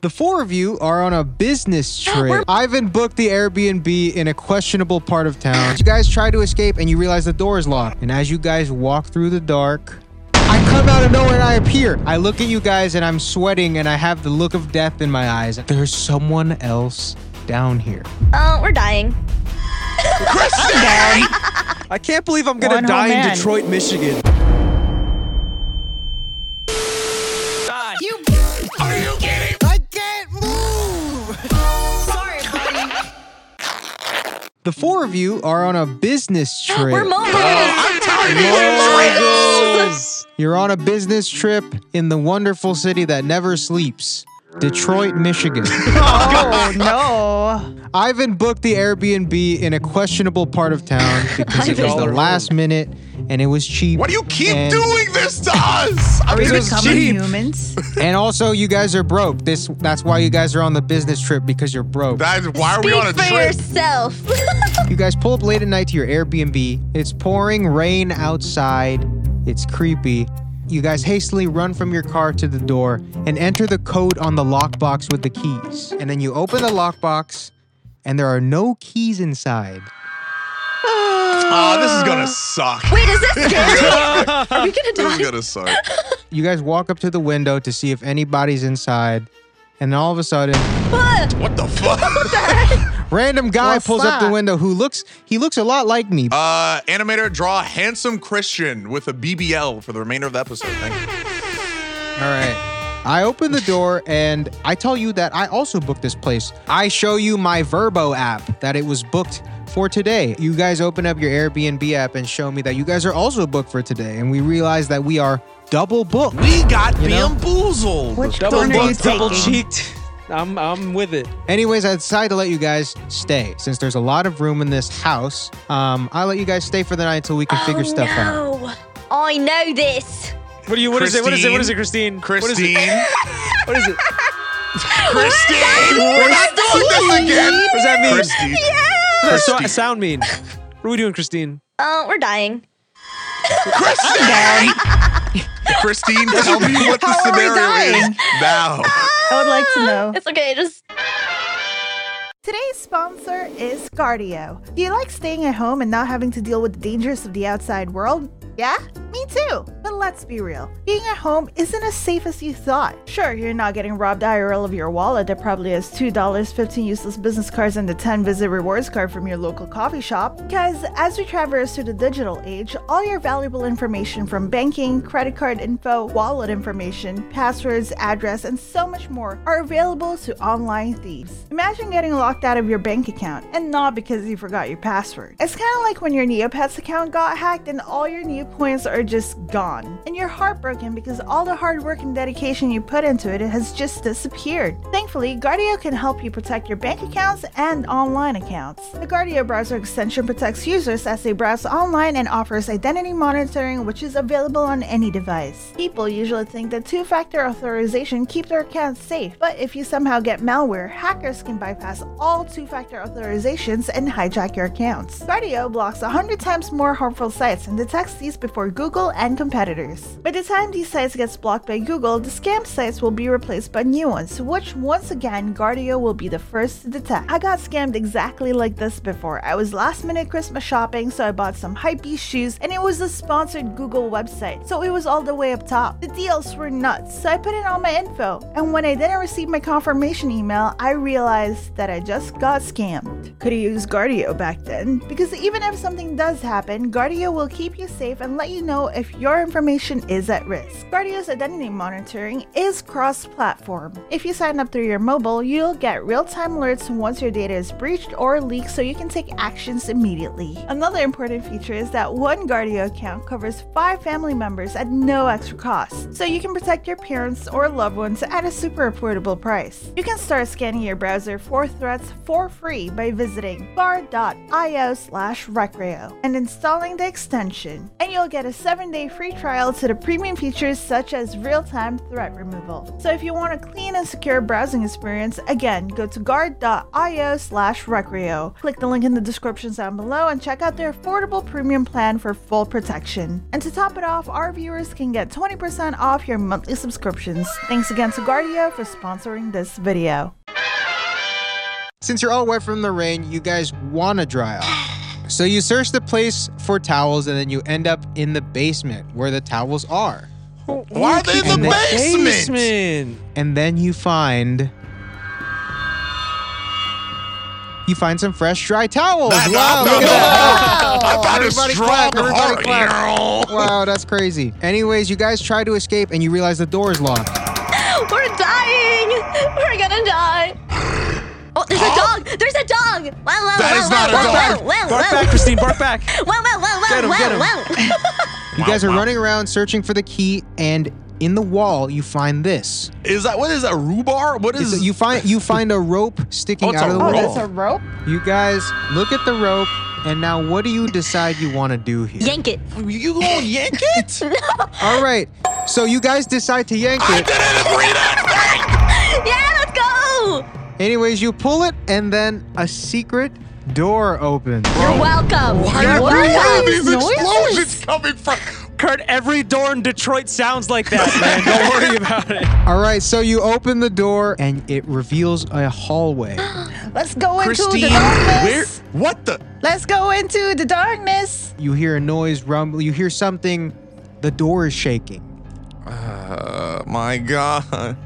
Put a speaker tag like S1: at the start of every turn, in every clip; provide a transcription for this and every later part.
S1: The four of you are on a business trip. Ivan booked the Airbnb in a questionable part of town. You guys try to escape and you realize the door is locked. And as you guys walk through the dark, I come out of nowhere and I appear. I look at you guys and I'm sweating and I have the look of death in my eyes. There's someone else down here.
S2: Oh, we're dying.
S1: I can't believe I'm gonna
S3: One whole
S1: die in
S3: man.
S1: Detroit, Michigan.
S2: Sorry, buddy.
S1: The four of you are on a business trip.
S2: We're Mongols.
S1: Mongols! You're on a business trip in the wonderful city that never sleeps, Detroit, Michigan.
S3: Oh no!
S1: Ivan booked the Airbnb in a questionable part of town because it was the
S4: Ivan.
S1: last minute and it was cheap.
S5: Why do you keep
S1: and-
S5: doing this to us? I
S3: Are we
S5: mean, it's
S3: becoming
S5: cheap.
S3: humans?
S1: And also, you guys are broke. This that's why you guys are on the business trip because you're broke.
S5: That's why are we on a
S2: Speak for
S5: trip?
S2: yourself.
S1: You guys pull up late at night to your Airbnb. It's pouring rain outside. It's creepy. You guys hastily run from your car to the door and enter the code on the lockbox with the keys. And then you open the lockbox, and there are no keys inside.
S5: Oh, this is gonna suck.
S2: Wait, is this scary? Are we gonna
S5: This is
S2: die?
S5: gonna suck.
S1: You guys walk up to the window to see if anybody's inside, and all of a sudden,
S5: What the fuck?
S1: random guy
S3: What's
S1: pulls up
S3: that?
S1: the window who looks he looks a lot like me.
S5: Uh, animator, draw a handsome Christian with a BBL for the remainder of the episode. Thank you.
S1: All right. I open the door and I tell you that I also booked this place. I show you my Verbo app that it was booked for today. You guys open up your Airbnb app and show me that you guys are also booked for today. And we realize that we are double booked.
S5: We got
S1: You know?
S5: bamboozled.
S3: Which
S4: Double
S3: one are you
S4: buck, double
S3: taking?
S4: cheeked. I'm I'm with it.
S1: Anyways, I decide to let you guys stay since there's a lot of room in this house. Um, I let you guys stay for the night until we can figure
S2: oh,
S1: stuff out.
S2: no. I know this.
S4: What do you? What is it? What is it? What is it, Christine?
S5: Christine.
S4: What is it? What is it?
S5: Christine. We're not doing this again.
S4: What does that mean? What
S5: Christine.
S4: does that so-
S5: Christine.
S4: sound mean? What are we doing, Christine?
S2: Oh, we're dying.
S5: Christine. Christine, tell me what the
S3: How are we
S5: scenario is
S3: dying?
S5: now.
S3: I would like to know.
S2: It's okay. Just
S6: Today's sponsor is Guardio. Do you like staying at home and not having to deal with the dangers of the outside world? Yeah, me too. But let's be real. Being at home isn't as safe as you thought. Sure, you're not getting robbed IRL of your wallet that probably has $2, 15 useless business cards, and the 10 visit rewards card from your local coffee shop. Because as we traverse through the digital age, all your valuable information from banking, credit card info, wallet information, passwords, address, and so much more are available to online thieves. Imagine getting locked out of your bank account and not because you forgot your password. It's kind of like when your Neopets account got hacked and all your new points are just gone. And you're heartbroken because all the hard work and dedication you put into it has just disappeared. Thankfully, Guardio can help you protect your bank accounts and online accounts. The Guardio browser extension protects users as they browse online and offers identity monitoring, which is available on any device. People usually think that two factor authorization keeps their accounts safe, but if you somehow get malware, hackers can bypass all two factor authorizations and hijack your accounts. Guardio blocks 100 times more harmful sites and detects these before Google and competitors. By the time these sites gets blocked by Google, the scam sites will be replaced by new ones, which once again Guardio will be the first to detect. I got scammed exactly like this before. I was last minute Christmas shopping, so I bought some hypebeast shoes, and it was a sponsored Google website, so it was all the way up top. The deals were nuts, so I put in all my info, and when I didn't receive my confirmation email, I realized that I just got scammed. Could have used Guardio back then, because even if something does happen, Guardio will keep you safe and let you know if your information is at risk. Guardio's identity monitoring is cross platform. If you sign up through your mobile, you'll get real time alerts once your data is breached or leaked so you can take actions immediately. Another important feature is that one Guardio account covers five family members at no extra cost, so you can protect your parents or loved ones at a super affordable price. You can start scanning your browser for threats for free by visiting bar.io slash recreo and installing the extension, and you'll get a seven day free trial to the premium features such as real time threat removal. So if you want a clean and secure browsing experience, again, go to guard.io slash Recreo. Click the link in the description down below and check out their affordable premium plan for full protection. And to top it off, our viewers can get 20% off your monthly subscriptions. Thanks again to Guardio for sponsoring this video.
S1: Since you're all wet from the rain, you guys want to dry off. So you search the place for towels and then you end up in the basement where the towels are.
S5: Why are they in
S1: in
S5: the
S1: the
S5: basement?
S4: Basement.
S1: And then you find you find some fresh dry towels.
S5: That-
S1: wow,
S5: no,
S1: look at that.
S5: no, no. I found a
S1: Everybody
S5: strong
S1: clap, everybody
S5: heart.
S1: clap.
S5: Yeah.
S1: Wow, that's crazy. Anyways, you guys try to escape and you realize the door is locked.
S2: We're dying. We're gonna die. Oh, there's a dog. There's a dog. Wow, wow,
S5: That
S2: wow,
S5: is not a
S2: wow,
S5: dog.
S2: wow, wow,
S4: Bark
S2: wow.
S4: back, Christine. Bark back.
S2: Wow, wow, wow, wow,
S4: Get him,
S2: wow,
S4: get him.
S2: wow.
S1: You
S5: Wow,
S1: guys are
S5: wow.
S1: running around searching for the key and in the wall you find this.
S5: Is that what is that? Rhubarb? What
S1: It's-
S5: is
S1: you find you find a rope sticking
S5: Oh, it's
S1: out
S5: a
S1: of the
S5: rope.
S3: Oh,
S1: wall.
S3: that's a rope?
S1: You guys look at the rope, and now what do you decide you want to do here?
S2: Yank it.
S5: you gonna yank it?
S1: All right, so you guys decide to yank
S5: I
S1: it.
S5: didn't agree that.
S2: Yeah, let's go.
S1: Anyways, you pull it, and then a secret door opens.
S2: You're welcome.
S5: Why
S2: You're
S5: are, where are
S2: welcome.
S5: these
S3: Noises.
S5: explosions coming from?
S4: Kurt, every door in Detroit sounds like that, man. Don't worry about it.
S1: All right, so you open the door, and it reveals a hallway.
S3: Let's go into the
S5: Christine, where?
S3: darkness.
S5: What the?
S3: Let's go into the darkness.
S1: You hear a noise, rumble. You hear something. The door is shaking.
S5: Uh, my God.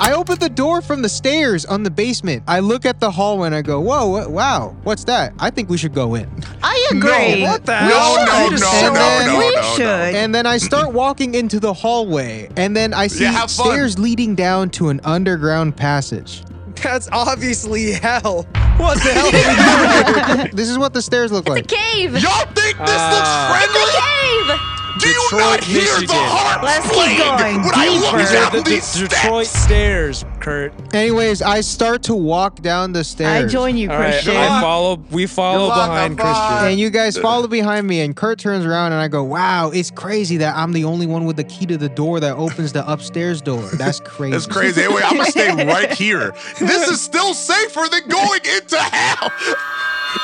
S1: I open the door from the stairs on the basement. I look at the hallway and I go, "Whoa, what, wow, what's that? I think we should go in."
S3: I
S5: agree.
S3: agree.
S5: what
S4: the
S5: No,
S1: should.
S5: no, no,
S1: We
S5: no,
S1: should.
S5: no,
S3: we
S5: no, no.
S3: should.
S1: And then I start walking into the hallway, and then I see
S5: Yeah, have fun.
S1: stairs leading down to an underground passage.
S4: That's obviously hell. What the hell did we do?
S1: this is what the stairs look
S2: It's a
S1: like.
S2: cave.
S5: Y'all think this
S4: Ah.
S5: looks friendly?
S2: It's a cave.
S5: Do you
S4: Detroit,
S5: not hear the
S4: Michigan.
S5: heart
S3: Let's keep
S5: playing
S3: going
S5: when I look
S3: deeper.
S5: down
S4: The, the
S5: these
S4: Detroit
S5: steps?
S4: stairs, Kurt.
S1: Anyways, I start to walk down the stairs.
S3: I join you,
S4: All right,
S3: Christian.
S4: I follow. We follow
S5: You're welcome,
S4: behind
S5: bye.
S4: Christian.
S1: And you guys follow behind me, and Kurt turns around, and I go, "Wow, it's crazy that I'm the only one with the key to the door that opens the upstairs door. That's crazy.
S5: That's crazy. Anyway, I'm gonna stay right here. This is still safer than going into hell.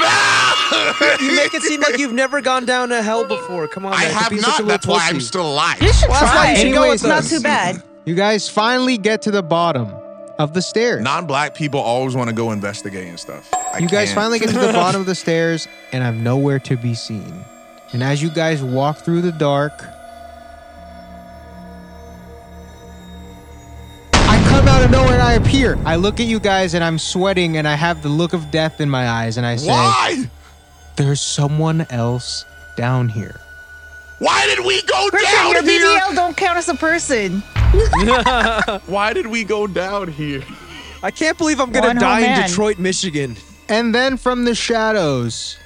S5: Ah!
S4: You make it seem like you've never gone down to hell before. Come on,
S5: I
S4: man. Don't
S5: have
S4: be such a
S5: not.
S4: little
S5: That's why I'm
S4: pussy.
S5: still alive.
S3: You should
S4: Well, that's why
S3: try
S4: you
S3: it.
S4: should go
S1: Anyways,
S4: with
S1: it's not
S3: Not too bad.
S1: You guys finally get to the bottom of the stairs.
S5: Non-black people always want to go investigate and stuff. I
S1: you guys
S5: can't.
S1: finally get to the bottom of the stairs, and I'm nowhere to be seen. And as you guys walk through the dark, I come out of nowhere and I appear. I look at you guys and I'm sweating and I have the look of death in my eyes and I say,
S5: Why?
S1: There's someone else down here.
S5: Why did we go
S3: Christian, your
S5: down here?
S3: BBL don't count as a person.
S5: Why did we go down here?
S4: I can't believe I'm gonna
S3: One whole
S4: die in
S3: man.
S4: Detroit, Michigan.
S1: And then from the shadows,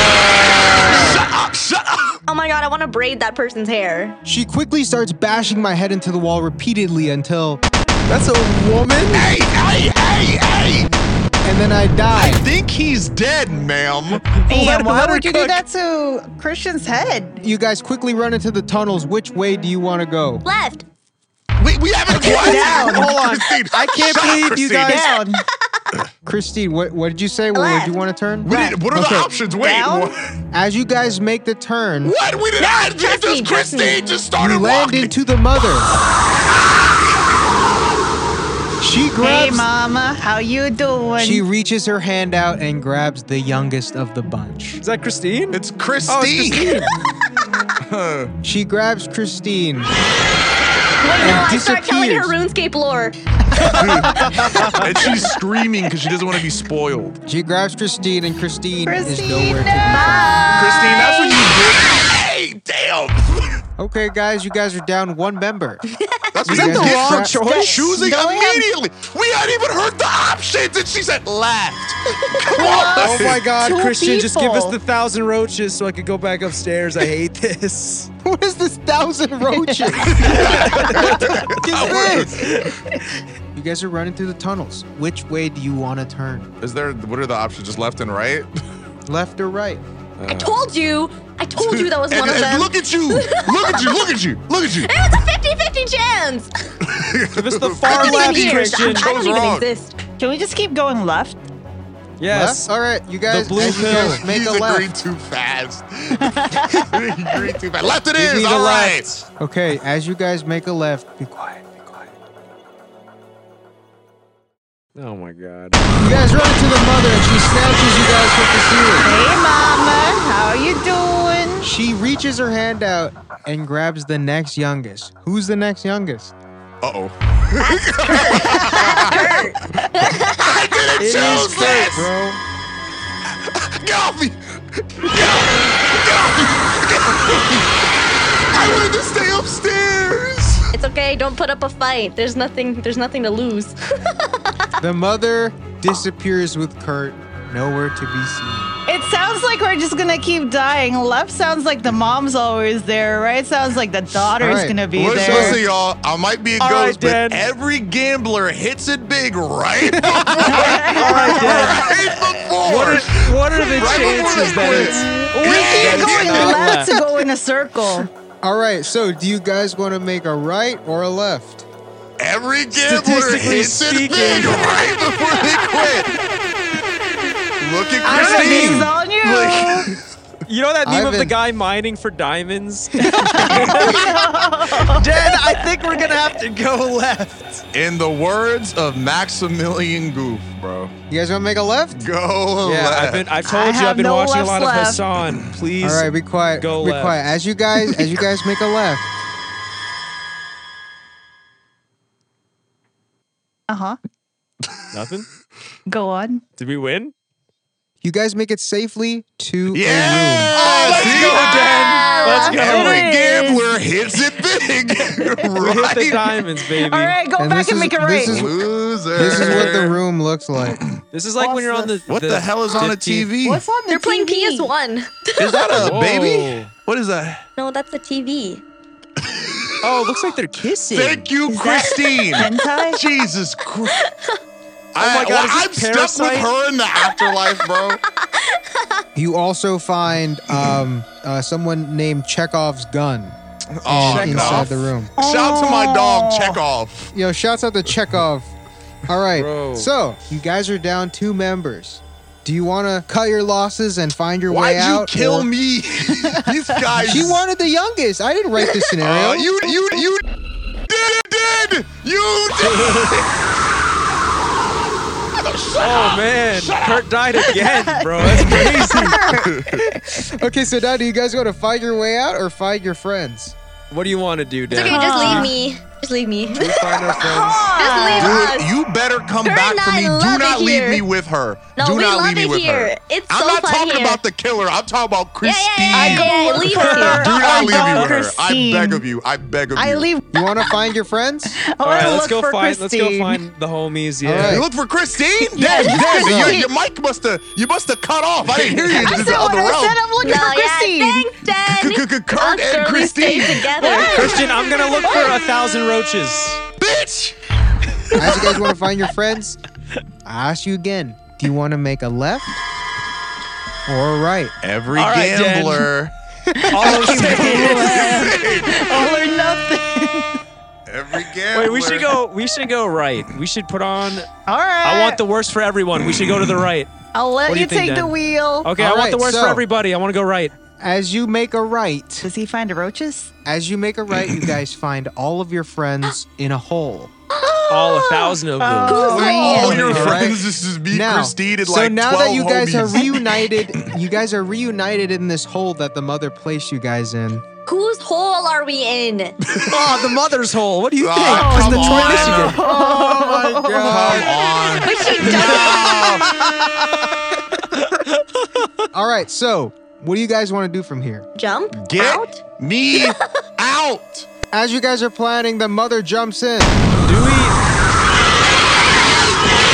S5: Shut up! Shut up!
S2: Oh my god, I want to braid that person's hair.
S1: she quickly starts bashing my head into the wall repeatedly until,
S4: That's a woman.
S5: Hey! Hey! Hey! Hey!
S1: and then I
S5: I
S1: die.
S5: think he's dead, ma'am.
S3: Damn, why
S4: let her
S3: would you
S4: cook.
S3: do that to Christian's head?
S1: You guys quickly run into the tunnels. Which way do you want to go?
S2: Left.
S5: We, we haven't what?
S3: down.
S5: Hold on. Christine.
S4: I can't
S5: Shut up,
S4: believe you
S5: Christine.
S4: guys-
S3: Down.
S1: Christine, what, what did you say? Where would you
S2: Left.
S1: want to turn?
S5: We did, what are
S1: Okay.
S5: the options? Wait.
S3: Down?
S5: What?
S1: As you guys make the turn,
S5: What? We did not.
S2: trust
S5: just
S2: me, trust
S5: Christine
S2: me.
S5: just
S1: you
S5: started
S1: land
S5: walking.
S1: into the mother. She
S3: Hey,
S1: grabs.
S3: mama, how you doing?
S1: she reaches her hand out and grabs the youngest of the bunch.
S4: Is that Christine?
S5: it's Christine.
S4: Oh, it's Christine.
S1: She grabs Christine.
S2: Wait, no, I start telling her
S1: disappears.
S2: RuneScape lore.
S5: and she's screaming because she doesn't want to be spoiled. Christine,
S1: She grabs Christine, and Christine, is
S3: Christine,
S1: nowhere
S3: no!
S1: to be found.
S5: that's what you did. Hey, damn.
S1: Okay, guys, you guys are down one member.
S5: That's
S1: Is
S5: what
S1: that
S5: you
S1: the
S5: get
S1: wrong
S5: for
S1: choice?
S5: Choosing
S3: Go ahead.
S5: immediately. We hadn't even heard the options, and she said left. Come on.
S4: Oh my God,
S3: Two
S4: Christian! Just give us
S3: people.
S4: the thousand roaches so I could go back upstairs. I hate this.
S1: what is this thousand roaches?
S5: That was-
S1: You guys are running through the tunnels. Which way do you want to turn?
S5: Is there, what are the options? Just left and right?
S1: Left or right?
S2: I told you. I told you that was
S5: Uh. And-
S2: one of
S5: and
S2: them.
S5: Look at you! Look at you! Look at you! Look at you!
S2: It's a 50 50 chance.
S4: Give us the
S2: I
S4: far
S2: don't
S4: left,
S2: even here. I
S4: Christian.
S5: Chose
S2: don't even
S5: wrong.
S2: exist.
S3: Can we just keep going left?
S4: Yes.
S1: Left? All right, you guys.
S4: blue
S1: as you
S4: pill.
S1: guys Make
S5: He's
S1: a
S5: agreeing
S1: left.
S5: too fast. he agreed too fast. Left it
S4: Give
S5: is.
S4: me the
S5: All right.
S4: left.
S1: Okay, as you guys make a left, be quiet. Be quiet.
S4: Oh my god.
S1: You guys run into the mother, and she snatches you guys from the ceiling.
S3: Hey, mama, how you doing?
S1: She reaches her hand out and grabs the next youngest. Who's the next youngest?
S5: Uh oh. I didn't choose this.
S1: bro.
S5: Get off me! Get off me! Get off me! Get off me! I wanted to stay upstairs.
S2: It's okay. Don't put up a fight. There's nothing. There's nothing to lose.
S1: The mother disappears with Kurt, nowhere to be seen.
S3: It sounds like we're just gonna keep dying. Left sounds like the mom's always there. Right sounds like the daughter's
S1: Alright,
S3: gonna be
S5: Listen,
S3: there.
S5: listen, y'all. I might be a
S4: All right,
S5: ghost, but
S4: Dad.
S5: every gambler hits it big right before. right before.
S4: What are, what are the
S5: Right before
S4: chances
S5: they
S4: that
S5: quit.
S4: it's
S3: We keep
S5: Yeah.
S3: going
S5: Yeah.
S3: left to go in a circle.
S1: All right, so do you guys want to make a right or a left?
S5: Every gambler
S4: Statistically
S5: hits it big
S4: speaking.
S5: right before they quit. Look at
S3: Alright,
S5: Christine.
S3: it's on you.
S5: Like,
S4: You know that meme of the
S1: Ivan.
S4: guy mining for diamonds? Dad, I think we're gonna have to go left.
S5: in the words of Maximilian Goof, bro.
S1: You guys want to make a left?
S5: Go
S4: Yeah,
S5: left.
S4: Oh, I've been I've
S3: I
S4: told you
S3: have
S4: I've been
S3: no
S4: watching a
S3: left
S4: lot
S3: left.
S4: of Hassan. Please.
S1: All right, be quiet.
S4: Go
S1: be
S4: left.
S1: quiet. As you guys, as you guys make a left,
S3: Uh huh.
S4: Nothing?
S3: Go on.
S4: Did we win?
S1: you guys make it safely to
S5: Yeah! Oh,
S4: let's
S5: see?
S4: go, Dan. Let's go.
S5: Every
S3: It is.
S5: gambler hits it big.
S4: We hit the
S5: right?
S4: diamonds, baby.
S3: All right, go
S1: And
S3: back
S1: this
S3: and
S1: is-
S3: make a
S1: this
S3: right.
S1: is-
S5: Loser.
S1: a room. This is what the room looks like.
S4: This is like when you're on the
S5: What the, hell is on a
S4: 15th
S5: TV?
S6: What's on the
S2: They're playing
S6: TV?
S2: PS1.
S5: Is that a
S4: Whoa.
S5: baby? What is that?
S2: No, that's the TV.
S4: Oh, it looks like they're kissing.
S5: Thank you, Christine.
S3: Hentai?
S5: Jesus Christ.
S4: my
S5: I,
S4: God,
S5: well,
S4: is this
S5: I'm stuck
S4: Parasite?
S5: with her in the afterlife, bro.
S1: You also find um, uh, someone named Chekhov's gun
S5: Oh,
S1: inside the room.
S5: Shout to my dog, Chekhov.
S1: Yo, shouts out to Chekhov. All right.
S4: Bro.
S1: So, you guys are down two members. Do you want to cut your losses and find your way
S5: Why'd you
S1: out?
S5: kill
S1: or-
S5: me? These guys.
S1: She wanted the youngest. I didn't write this scenario.
S5: Uh, you, you, you did it, did you did.
S4: Oh man, Kurt died again, bro. That's crazy.
S1: okay, so now do you guys want to find your way out or find your friends?
S4: what do you want to do,
S2: It's
S4: Dan?
S2: okay. Just leave me. Just leave me. just leave
S4: Find our friends.
S5: Dude,
S2: us.
S5: you better come
S2: Her
S5: back
S2: and
S5: to
S2: I
S5: me. Do
S2: love
S5: not
S2: it
S5: leave
S2: here.
S5: me with her.
S2: No,
S5: Do
S2: we
S5: not
S2: love
S5: leave me
S2: it
S5: with her.
S2: here. It's
S5: I'm
S2: so
S5: not
S2: fun
S5: talking
S2: here.
S5: about the killer. I'm talking about
S2: Yeah,
S5: Christine.
S2: yeah, yeah, yeah, yeah. Leave here.
S5: Do
S3: I
S5: not leave me
S3: love
S5: with her. I
S3: Christine.
S5: beg of you. I beg of you.
S3: I leave.
S1: You want to find your friends?
S3: I
S4: All
S3: want
S4: right,
S3: to
S4: let's
S3: look
S4: go
S3: for
S4: find.
S3: Christine.
S4: Let's go find the homies. Yeah.
S1: All
S5: You
S1: right.
S5: look for Christine? Dad, Dad, your, your mic must have you must have cut off. I didn't hear you.
S3: I
S5: This is
S3: said
S5: the
S3: what I
S5: other
S3: said.
S5: realm.
S3: I'm looking
S2: No,
S3: for Christine.
S2: yeah, thanks, Dan. Us
S5: Kurt and
S2: girlies
S5: Christine.
S2: stay together.
S4: Christian, I'm gonna look for a thousand roaches.
S5: Bitch!
S1: As you guys want to find your friends, I ask you again. Do you want to make a left or a right?
S5: Every
S4: All right, Dan.
S5: gambler.
S4: All I'm saying is-
S3: All or nothing.
S5: Every gambler.
S4: Wait, we should go. We should go right. We should put on.
S3: All right.
S4: I want the worst for everyone. We should go to the right.
S3: I'll let
S4: What do
S3: you
S4: you think,
S3: take the
S4: Dan? Oh.
S3: wheel.
S4: Okay, I
S1: All
S4: want the
S1: right,
S4: worst
S1: so-
S4: for everybody. I want to go right.
S1: As you make a right,
S3: Does he find the roaches?
S1: as you make a right, you guys find all of your friends in a hole.
S4: All a thousand of
S3: Oh,
S4: them.
S1: Oh.
S6: Oh,
S5: All
S1: man.
S5: Oh, your
S1: Right.
S5: friends. This is me,
S1: now,
S5: Christine, and
S1: so
S5: like
S1: now
S5: 12
S1: that you guys
S5: homies.
S1: are reunited, you guys are reunited in this hole that the mother placed you guys in.
S2: Whose hole are we in?
S4: Oh, the mother's hole. What do you
S5: Ah,
S4: think? It's
S5: come
S4: Detroit,
S5: on.
S4: Michigan.
S1: Oh my
S5: Come on.
S2: But she
S1: All right, so what do you guys want to do from here?
S2: jump
S5: Get
S2: out.
S5: me out.
S1: As you guys are planning, the mother jumps in.
S4: Do we?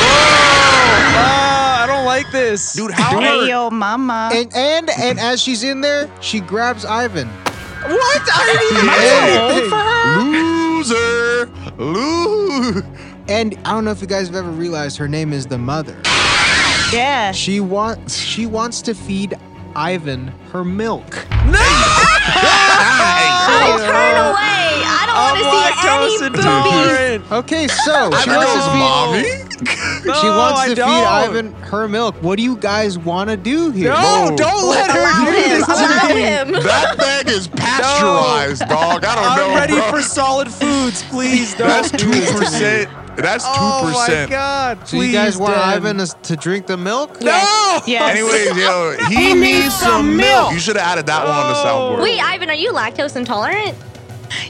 S4: Oh, ah, I don't like this.
S5: Dude, how are
S3: Hey, yo, mama.
S1: And and and as she's in there, she grabs Ivan.
S3: what? I didn't even
S5: Hey.
S3: know.
S5: Loser. Lose.
S1: And I don't know if you guys have ever realized her name is the mother.
S3: Yeah.
S1: She wants she wants to feed Ivan her milk.
S2: I'll Oh, turn away. I don't want to see any
S4: Lactose
S2: boobies.
S4: intolerant.
S1: Okay, so she
S5: I
S1: wants to
S5: know,
S1: feed
S5: mommy.
S1: she
S4: No,
S1: wants
S4: I
S1: to feed
S4: don't.
S1: Ivan her milk. What do you guys want to do here?
S4: No, Oh, don't let her
S2: Allow
S4: do
S2: him.
S4: this
S2: Allow
S4: to me.
S2: him.
S5: that bag is pasteurized, dog. I don't know.
S4: I'm ready
S5: bro.
S4: for solid foods. Please don't.
S5: That's
S4: do
S5: two
S4: this to me.
S5: percent. That's two
S4: Oh my
S5: percent.
S4: god. Please,
S1: So you guys want
S4: Dan.
S1: Ivan to, to drink the milk?
S4: No.
S3: Yes.
S5: Anyways, yo, he needs some milk. You should have added that one on the soundboard.
S2: Wait, Ivan, are you lactose intolerant?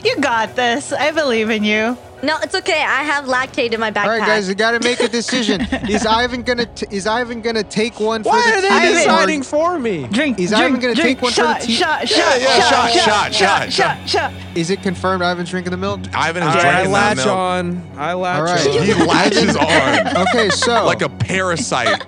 S3: You got this. I believe in you.
S2: No, it's okay. I have lactate in my backpack.
S1: All right, guys, you got to make a decision. is Ivan gonna t- is Ivan gonna take one for
S4: Why
S1: the
S4: are they
S1: team or-
S4: deciding for me?
S3: Drink.
S1: Is
S3: drink,
S1: Ivan gonna
S3: drink,
S1: take one for the
S3: shot,
S1: team?
S3: Shot,
S5: Yeah,
S3: shot,
S5: yeah,
S3: shot,
S5: shot, shot, shot,
S3: shot, shot.
S1: Is it confirmed Ivan's drinking the milk?
S5: Ivan is
S4: All right, I
S5: drinking that
S4: latch
S5: milk.
S4: on. I latch
S1: All right.
S4: on.
S5: He latches on
S1: Okay, so
S5: like a parasite.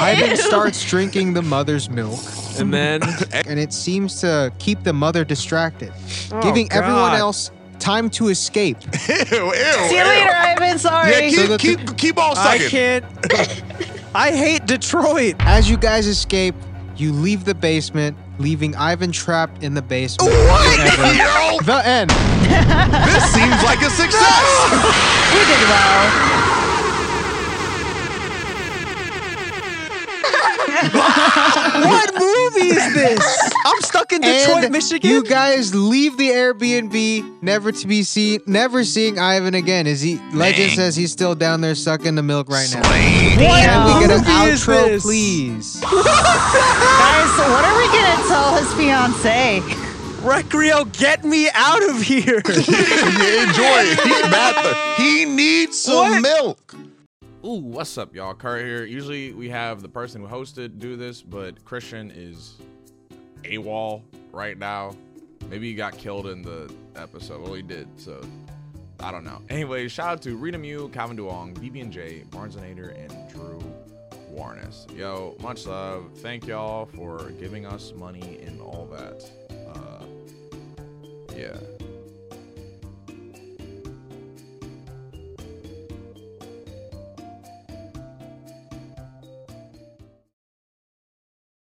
S1: Ivan starts drinking the mother's milk,
S4: And then
S1: and it seems to keep the mother distracted,
S4: Oh,
S1: giving everyone
S4: God.
S1: else time to escape.
S5: ew, ew,
S3: See you
S5: ew.
S3: later, Ivan. Sorry.
S5: Yeah, keep,
S1: So the-
S5: keep, keep all
S4: I
S5: sucking.
S4: can't. I hate Detroit.
S1: As you guys escape, you leave the basement, leaving Ivan trapped in the basement.
S5: What? Yo,
S1: The end.
S5: this seems like a success.
S3: we did well.
S4: What movie is this? I'm stuck in Detroit,
S1: And
S4: Michigan.
S1: You guys leave the Airbnb, never to be seen, never seeing Ivan again. Is he? Legend
S5: Dang.
S1: says he's still down there sucking the milk right now.
S4: what
S1: Can we get an
S4: movie is
S1: outro,
S4: this?
S1: please?
S3: Guys, what are we going to tell his fiance?
S4: Recreo, get me out of here.
S5: Yeah, enjoy it. He, Matt, he needs some
S4: What?
S5: milk.
S7: Ooh, what's up, y'all? Kurt here. Usually we have the person who hosted do this, but Christian is AWOL right now. Maybe he got killed in the episode. Well, he did, so I don't know. Anyway, shout out to Rita Mew, Calvin Duong, BB&J, Barnesonator, and Drew Warnes. Yo, much love. Thank y'all for giving us money and all that. Uh, yeah.